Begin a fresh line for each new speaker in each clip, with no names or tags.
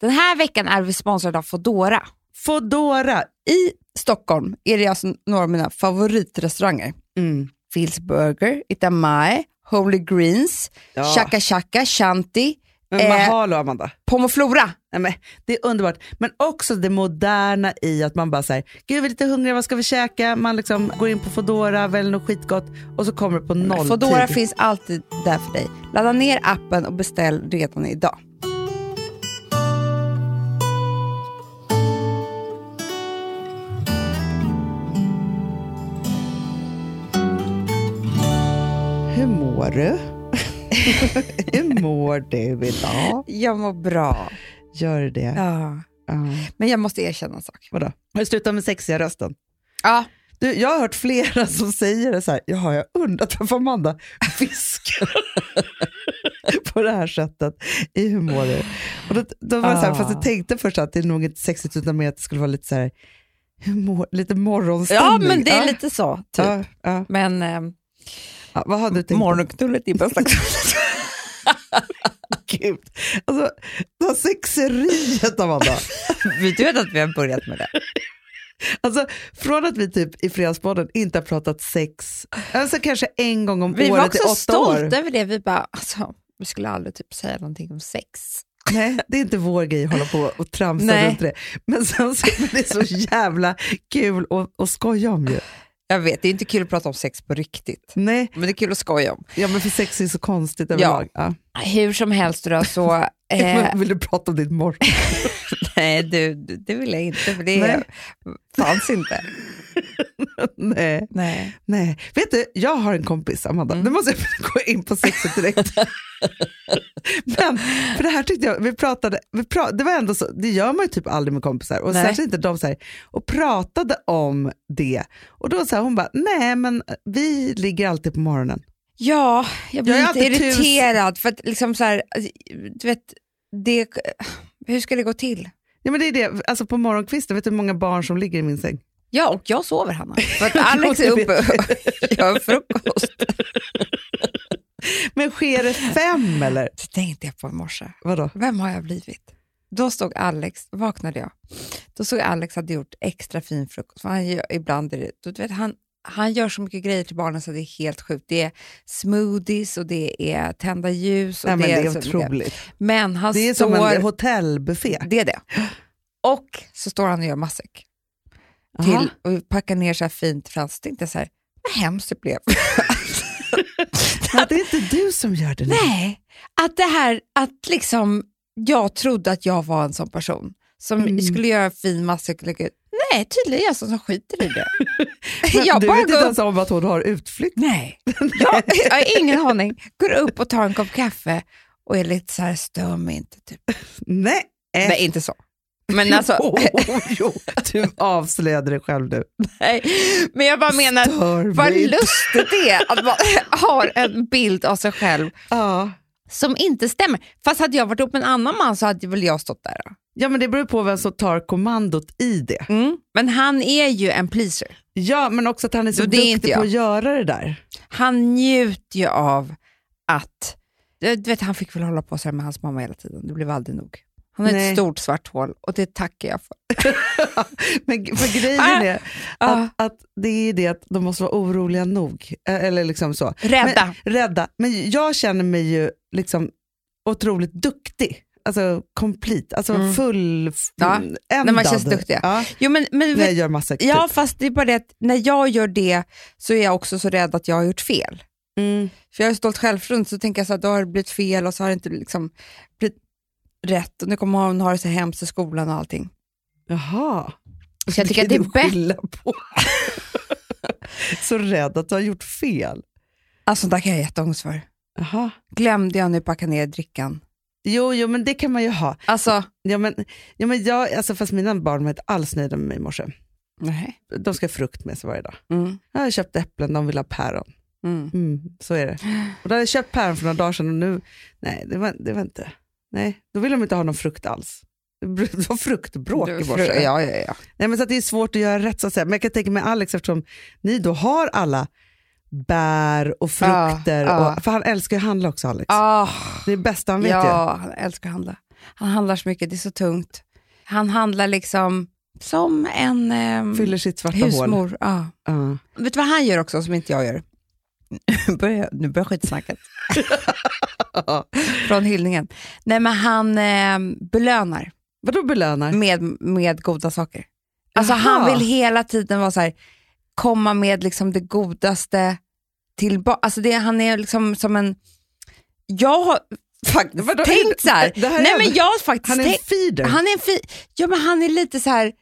Den här veckan är vi sponsrade av Fodora.
Fodora
I Stockholm är det alltså några av mina favoritrestauranger.
Mm.
Phil's Burger, Itamae, Holy Greens,
Ja.
Chaka Chaka, Shanti,
Men
Eh.
eh. hallå Amanda.
Pomoflora.
Nej, men, det är underbart. Men också det moderna i att man bara säger, gud vi är lite hungriga, vad ska vi käka? Man liksom går in på Foodora, väljer något skitgott och så kommer det på nolltid.
Foodora finns alltid där för dig. Ladda ner appen och beställ redan idag.
Hur mår du? Hur mår du idag?
Jag mår bra.
Gör du det?
Ja.
Ja.
Men jag måste erkänna en sak.
Vadå? Har du slutat med sexiga rösten?
Ja.
Du, jag har hört flera som säger det så här, jaha, jag undrat varför Amanda fiskar på det här sättet i Hur mår du? Och då, då var jag så här,
Ah.
fast jag tänkte först att det är nog inte sexigt utan mer att det skulle vara lite så här, hur mår, lite morgonstämning.
ja, men det är
Ja,
lite så. Typ.
ja, ja.
Men ehm,
Ja, vad har du tänkt?
morgonknullet är bästa knullet.
Gud. Alltså, det här sexeriet Amanda.
Vi vet att vi har börjat med det.
Alltså, från att vi typ i Fredagspodden inte har pratat sex, alltså kanske en gång om
Vi var
året i
också
åtta år.
stolta över det. Vi bara, alltså, vi skulle aldrig typ säga någonting om sex.
Nej, det är inte vår grej att hålla på och tramsa
Nej.
runt det. Men sen så men det är så jävla kul att, att skoja om ju.
Jag vet, det är inte kul att prata om sex på riktigt.
Nej,
Men det är kul att skoja om.
ja, men för sex är så konstigt överlag. Ja.
Hur som helst då så... Eh,
Men Vill du prata om ditt morgon?
nej, du, du- det vill jag inte, för det
Nej.
fanns inte.
Nej.
Nej.
Nej. Vet du, jag har en kompis, Amanda.
Mm.
Nu måste jag gå in på sexet direkt. men, för det här tyckte jag, vi pratade, vi pra, det var ändå så, det gör man ju typ aldrig med kompisar. Och
Nej.
särskilt inte de så här, och pratade om det. Och då sa hon bara, nej men vi ligger alltid på morgonen.
Ja, jag blir
Jag är
lite
alltid tus-
irriterad. För att liksom så här, alltså, du vet, det, hur ska det gå till?
Ja, men det är det. Alltså på morgonkvisten, vet du hur många barn som ligger i min säng?
Ja, och jag sover Hanna. För att Alex är uppe och gör frukost.
Men sker det fem eller?
Det tänkte jag på i morse.
Vadå?
Vem har jag blivit? Då stod Alex, vaknade jag. Då såg Alex hade gjort extra fin frukost. För han gör, ibland är det, du vet, han, han gör så mycket grejer till barnen så det är helt sjukt. Det är smoothies och det är tända ljus. Och
Nej, men det
så
är
mycket.
otroligt.
Men han
Det är
står...
som en hotellbuffé.
Det är det. Och så står han och gör matsäck.
Aha.
Till, och packar ner så här fint för han så tänkte jag så här, vad hemskt det blev.
Men det är inte du som gör det nu.
Nej, att det här, att liksom jag trodde att jag var en sån person som
Mm.
skulle göra en fin matsäck och lägga ut. Nej, tydligen är jag sån som skiter i det.
Men
jag
du
bara
vet inte
går upp.
ens om att hon har utflykt.
Nej, jag, jag har ingen aning. Går upp och tar en kopp kaffe och är lite så här, stör mig inte. Typ.
Nej. eh,
Nej, inte så. Men alltså,
Jo, jo, du avslöjade dig själv nu.
nej. Men jag bara menar,
Stör
Vad
mig.
lustigt det är att man har en bild av sig själv
Ja.
som inte stämmer. Fast hade jag varit ihop med en annan man så hade väl jag stått där. då.
ja, men det beror på vem som tar kommandot i det.
Mm. Men han är ju en pleaser.
Ja, men också att han är så
Jo, det är inte
duktig på
jag.
att göra det där.
Han njuter ju av att... Du vet, han fick väl hålla på så här med hans mamma hela tiden. Det blev aldrig nog. Han har
Nej.
ett stort svart hål och det tackar jag för.
Men g- för grejen
Ah.
är
Ah.
att, att det är det att de måste vara oroliga nog. Eh, Eller liksom så.
Rädda.
Men, rädda. Men jag känner mig ju liksom otroligt duktig. Alltså complete, alltså
Mm.
full, f-
Ja,
mm,
när man
ändad.
känns duktig.
Ja,
Jo, men, men,
när
vet,
jag gör massa aktivt.
ja, fast det är bara det att när jag gör det så är jag också så rädd att jag har gjort fel.
Mm.
För jag är stolt självförtroende så tänker jag så här, då har det blivit fel och så har det inte liksom blivit rätt och nu kommer hon ha det så hemskt i skolan och allting.
Jaha.
Så jag tycker att det är bättre.
skylla på. så rädd att du har gjort fel.
Alltså sånt där kan jag ha jätteångest för.
Jaha.
Glömde jag nu packa ner drickan?
Jo, jo, men det kan man ju ha.
Alltså,
Ja, men, ja, men jag, alltså, fast mina barn var inte alls nöjda med mig i morse.
nej.
De ska ha frukt med sig varje dag.
Mm.
Jag har köpt äpplen, de vill ha päron.
Mm.
Mm, så är det. Och då hade jag köpt päron för några dagar sedan och nu, nej det var, det var inte, nej, då vill de inte ha någon frukt alls. Det var fruktbråk i
Fru-
morse.
Ja, ja, ja.
Nej, men så att det är svårt att göra rätt så att säga. Men jag kan tänka mig Alex eftersom ni då har alla bär och frukter.
Ja, ja.
Och, för han älskar ju att handla också Alex.
Ah,
Det är det bästa han vet ju.
ja, han älskar att handla. Han handlar så mycket, det är så tungt. Han handlar liksom som en ehm,
Fyller sitt svarta hål.
husmor. Ja.
Ja.
Vet du vad han gör också som inte jag gör? Börjar- nu börjar skitsnacket. Från hyllningen. Nej men han eh, belönar
Vadå belönar?
med, med goda saker. Alltså
Jaha.
han vill hela tiden vara så här, komma med liksom det godaste tillbaka. Alltså det, han är liksom som en, jag har faktiskt
Vadå,
tänkt så här.
det här är-
Nej men jag har faktiskt
Han är en
tänkt,
feeder.
han är en fi, ja men han är lite så här,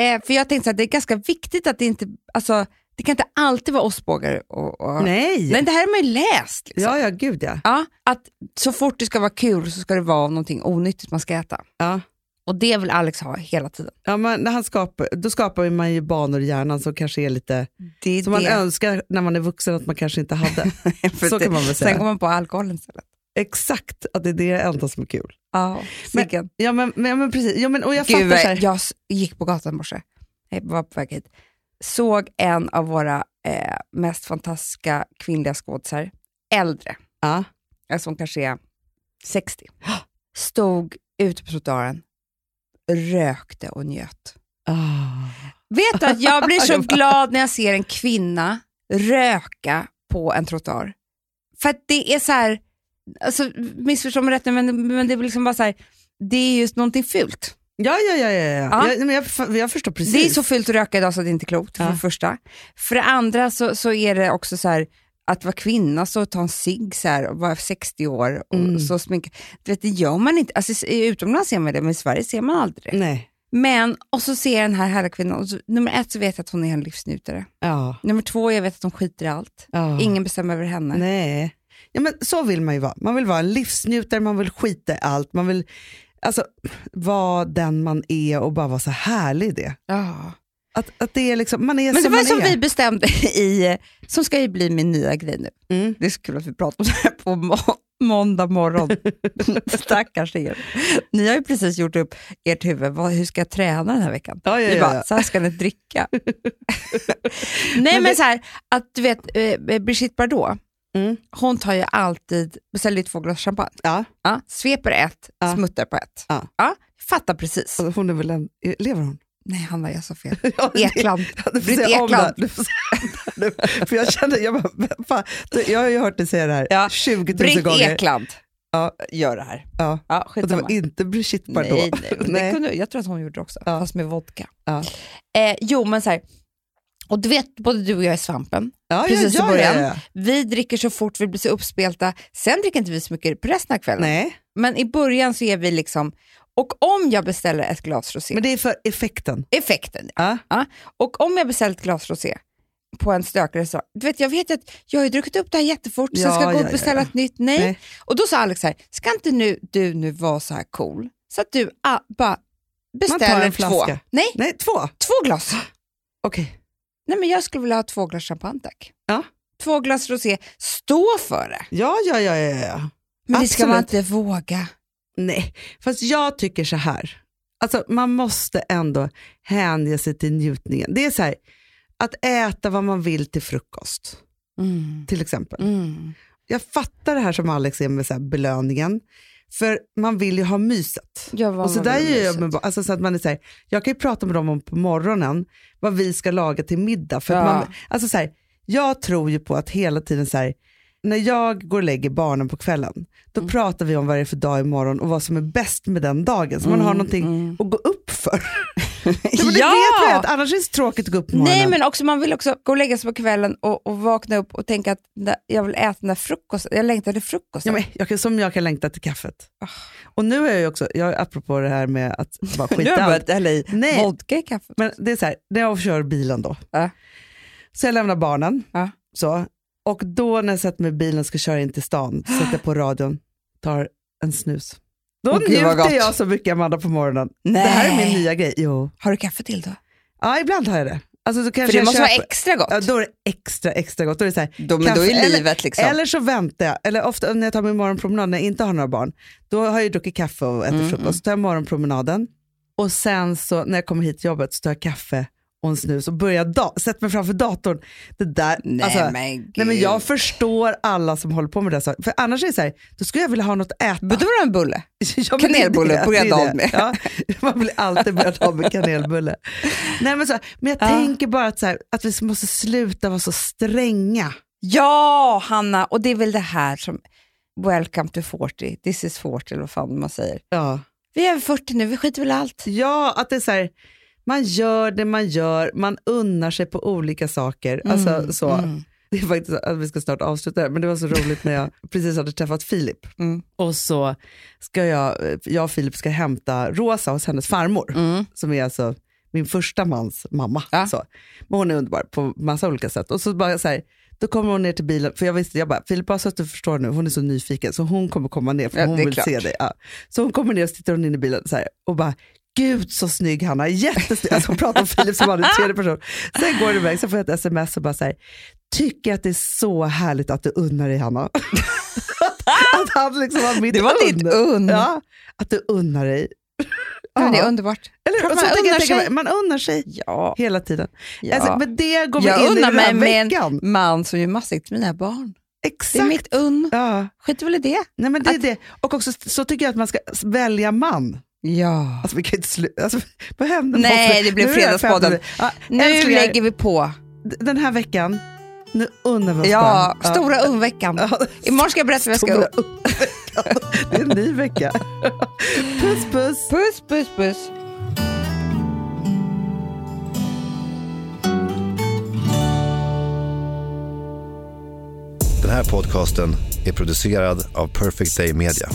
eh, för jag tänkte så här, det är ganska viktigt att det inte, alltså det kan inte alltid vara ostbågar och, och
Nej.
Nej, det här har man ju läst. Liksom.
Ja, ja, gud ja.
Ja, att så fort det ska vara kul så ska det vara någonting onyttigt man ska äta.
ja.
Och det vill Alex ha hela tiden.
ja men när han skapar, då skapar man ju banor i hjärnan som kanske är lite,
Det är
som man
det.
önskar när man är vuxen att man kanske inte hade.
För
så
det-
kan man väl
Sen
säga.
går man på alkoholen istället.
Exakt, att det är det enda som är kul.
Ja,
Men-
ciggen.
Ja men, men, men precis, ja, men, och jag
Gud,
fattar så här.
jag s- gick på gatan i morse, jag var på väg hit, såg en av våra eh, mest fantastiska kvinnliga skådisar, äldre,
Ja.
alltså hon kanske är 60, stod ute på trottoaren, rökte och njöt.
Ah.
Vet du att jag blir så glad när jag ser en kvinna röka på en trottoar. För att det är så här, alltså, missförstå mig rätt nu, men, men det är liksom bara så här, det är just någonting fult.
Ja, ja, ja, ja, ja.
Ja.
Jag, men jag, fa- jag förstår precis.
Det är så fult att röka idag så det är inte klokt, för
Ja.
det första. För det andra så, så är det också så här, att vara kvinna så ta en cigg så här och vara 60 år och
Mm.
så sminka. Du vet, det gör man inte. Alltså, i- utomlands ser man det, men i Sverige ser man aldrig det.
Nej.
Men, och så ser jag den här härliga kvinnan, och så, nummer ett så vet jag att hon är en livsnjutare.
Ja.
Nummer två, jag vet att hon skiter i allt.
ja.
Ingen bestämmer över henne.
Nej. Ja, men så vill man ju vara. Man vill vara en livsnjutare, man vill skita i allt. Man vill alltså, vara den man är och bara vara så härlig i det.
Ja.
Att, att det är liksom, man är
Men det
som
var
man
som
är.
vi bestämde i, som ska ju bli min nya grej nu.
Mm.
Det är så kul att vi pratar om det här på må- måndag morgon. Stackars er. Ni har ju precis gjort upp ert huvud, vad, hur ska jag träna den här veckan?
Ja, ja,
Vi
ja,
bara,
ja.
så här ska ni dricka. Nej men, så här, att du vet, eh, Brigitte Bardot,
Mm.
hon tar ju alltid, beställer ju två glas champagne.
Ja.
Ja, sveper ett,
Ja.
smuttar på ett.
Ja.
fattar precis.
Alltså, Hon är väl en, lever hon?
Nej, Hanna, jag sa fel.
Ja, det-
Ekland.
Du får
Britt
säga om det här.
Ekland.
Du får säga om det här nu. För jag känner, jag, bara, men fan, du, jag har ju hört dig säga det här
Ja.
20 000
Britt
gånger.
Ekland ja. gör det här.
Ja.
Ja,
Och det
skitsamma.
var inte Brigitte Bardot.
nej, nej, men
Nej.
Det kunde, jag tror att hon gjorde det också,
Ja.
fast med vodka.
Ja.
Eh, jo, men så här, och du vet, både du och jag är svampen.
ja,
precis i
ja, ja,
början.
Ja, ja.
Vi dricker så fort vi blir så uppspelta, sen dricker inte vi så mycket på resten av kvällen.
Nej,
Men i början så är vi liksom, och om jag beställer ett glas rosé,
men det är för effekten.
effekten,
Ja.
och om jag beställer ett glas rosé på en stökig restaurang, du vet jag vet ju att jag har ju druckit upp det här jättefort, sen
Ja,
ska jag gå
ja,
och
ja,
beställa
ja.
ett nytt, nej.
Nej.
Och då sa Alex så här, ska inte nu, du nu vara så här cool, så att du ah, bara beställer
en
två.
flaska.
Nej,
Nej, två.
två glas.
Okej.
Nej men jag skulle vilja ha två glas champagne tack.
Ja.
Två glas rosé, stå för det.
Ja, ja, ja, ja, ja.
Men det ska man
Absolut.
inte våga.
Nej, fast jag tycker så här. Alltså, man måste ändå hänge sig till njutningen. Det är så här, att äta vad man vill till frukost,
Mm.
till exempel.
Mm.
Jag fattar det här som Alex är med så här belöningen, för man vill ju ha myset.
Jag var
Och så där gör jag
mysigt.
med, ba- alltså så att man är så här, jag kan ju prata med dem om på morgonen vad vi ska laga till middag. För att
Ja.
man, alltså så här, jag tror ju på att hela tiden så här, när jag går och lägger barnen på kvällen, då
Mm.
pratar vi om vad det är för dag imorgon och vad som är bäst med den dagen. Så
Mm,
man har någonting att gå upp för. ja, men det
Ja!
vet man ju att annars är det så tråkigt att gå upp på morgonen.
Nej men också, man vill också gå och lägga sig på kvällen och, och vakna upp och tänka att nä- jag vill äta den där frukosten, jag längtar till
Ja,
frukosten.
men jag kan, som jag kan längta till kaffet.
Ah.
Och nu är jag ju också, jag, apropå det här med att bara skita
nu
i
har jag
allt.
börjat hälla i
Nej.
vodka i kaffet.
Men det är så här, när jag kör bilen då.
Ja.
Så jag lämnar barnen.
Ja.
Så. Och då när jag sätter mig i bilen och ska köra in till stan, sätter jag på radion, tar en snus. Då
Åh, gud, vad
njuter
gott.
jag så mycket Amanda på morgonen.
Nej.
Det här är min nya grej. Jo.
Har du kaffe till då?
Ja, ibland har jag det. Alltså, då
För
kanske
det
jag
måste vara
köper-
extra gott.
Ja, då är det extra, extra gott. Då är det så här,
då, men då
kaffe
är
eller-
livet liksom.
Eller så väntar jag, eller ofta när jag tar min morgonpromenad när jag inte har några barn, då har jag ju druckit kaffe
Mm,
och ätit frukost. Så tar jag morgonpromenaden och sen så när jag kommer hit till jobbet så tar jag kaffe och en snus och börja da- sätt mig framför datorn. Det där,
Nej
alltså,
men gud.
nej men jag förstår alla som håller på med det. här. För annars är det så här, då skulle jag vilja ha något att äta.
Då var det en bulle.
Ja, men det är
Kanelbulle
det,
på
det är
grödal
det.
med.
Ja, man vill alltid börja ta med kanelbulle. Nej, men, så, men jag
Ja.
tänker bara att, så här, att vi måste sluta vara så stränga.
Ja, Hanna, och det är väl det här som Welcome to 40, this is 40 eller vad fan man säger.
Ja,
Vi är över 40 nu, vi skiter väl i allt.
ja att det är så här, man gör det man gör, man unnar sig på olika saker. alltså, så.
mm,
Det är faktiskt att vi ska snart avsluta det här, men det var så roligt när jag precis hade träffat Filip.
Mm.
Och så ska jag, jag och Filip ska hämta Rosa hos hennes farmor.
mm.
som är alltså min första mans mamma.
Ja.
Så. Men hon är underbar på massa olika sätt. Och så bara så här, då kommer hon ner till bilen, för jag visste, jag bara, Filip bara så att du förstår nu, hon är så nyfiken så hon kommer komma ner för
Ja,
hon
det är
vill
klart.
se dig. Ja. Så hon kommer ner och så tittar hon in i bilen så här, och bara, gud så snygg Hanna, jättesnygg. Alltså hon pratar om Filip som var en tredje person. Sen går det iväg, så får jag ett sms och bara så här, tycker att det är så härligt att du unnar dig Hanna. att, att han liksom var mitt
Det var ditt
under.
unn.
Ja, att du unnar dig.
Ja, men det
Ja.
är underbart.
Eller,
Klart
och så
man
tänker jag
unnar
tänka,
sig.
man unnar sig
Ja,
hela tiden.
ja.
Alltså, men det går vi
jag
in i
unnar
den här
mig med
veckan.
en man som gör massor till mina barn. Det
Exakt.
är mitt unn.
Ja.
Skiter väl i det.
Nej, men det är det. Och också så tycker jag att man ska välja man.
Ja.
Alltså, vi kan inte slu- alltså, vad händer?
Nej,
Måste-
det blev
Nu är
Fredagspodden.
femte- Ja,
Nu
älsklingar,
lägger vi på.
d- Den här veckan, nu unnar vi oss
Ja,
bara.
stora unnveckan.
Ja.
Imorgon ska jag berätta vad jag ska
Stora
upp.
ungveckan. Det är en ny vecka. Puss, puss.
Puss, puss, puss.
Den här podcasten är producerad av Perfect Day Media.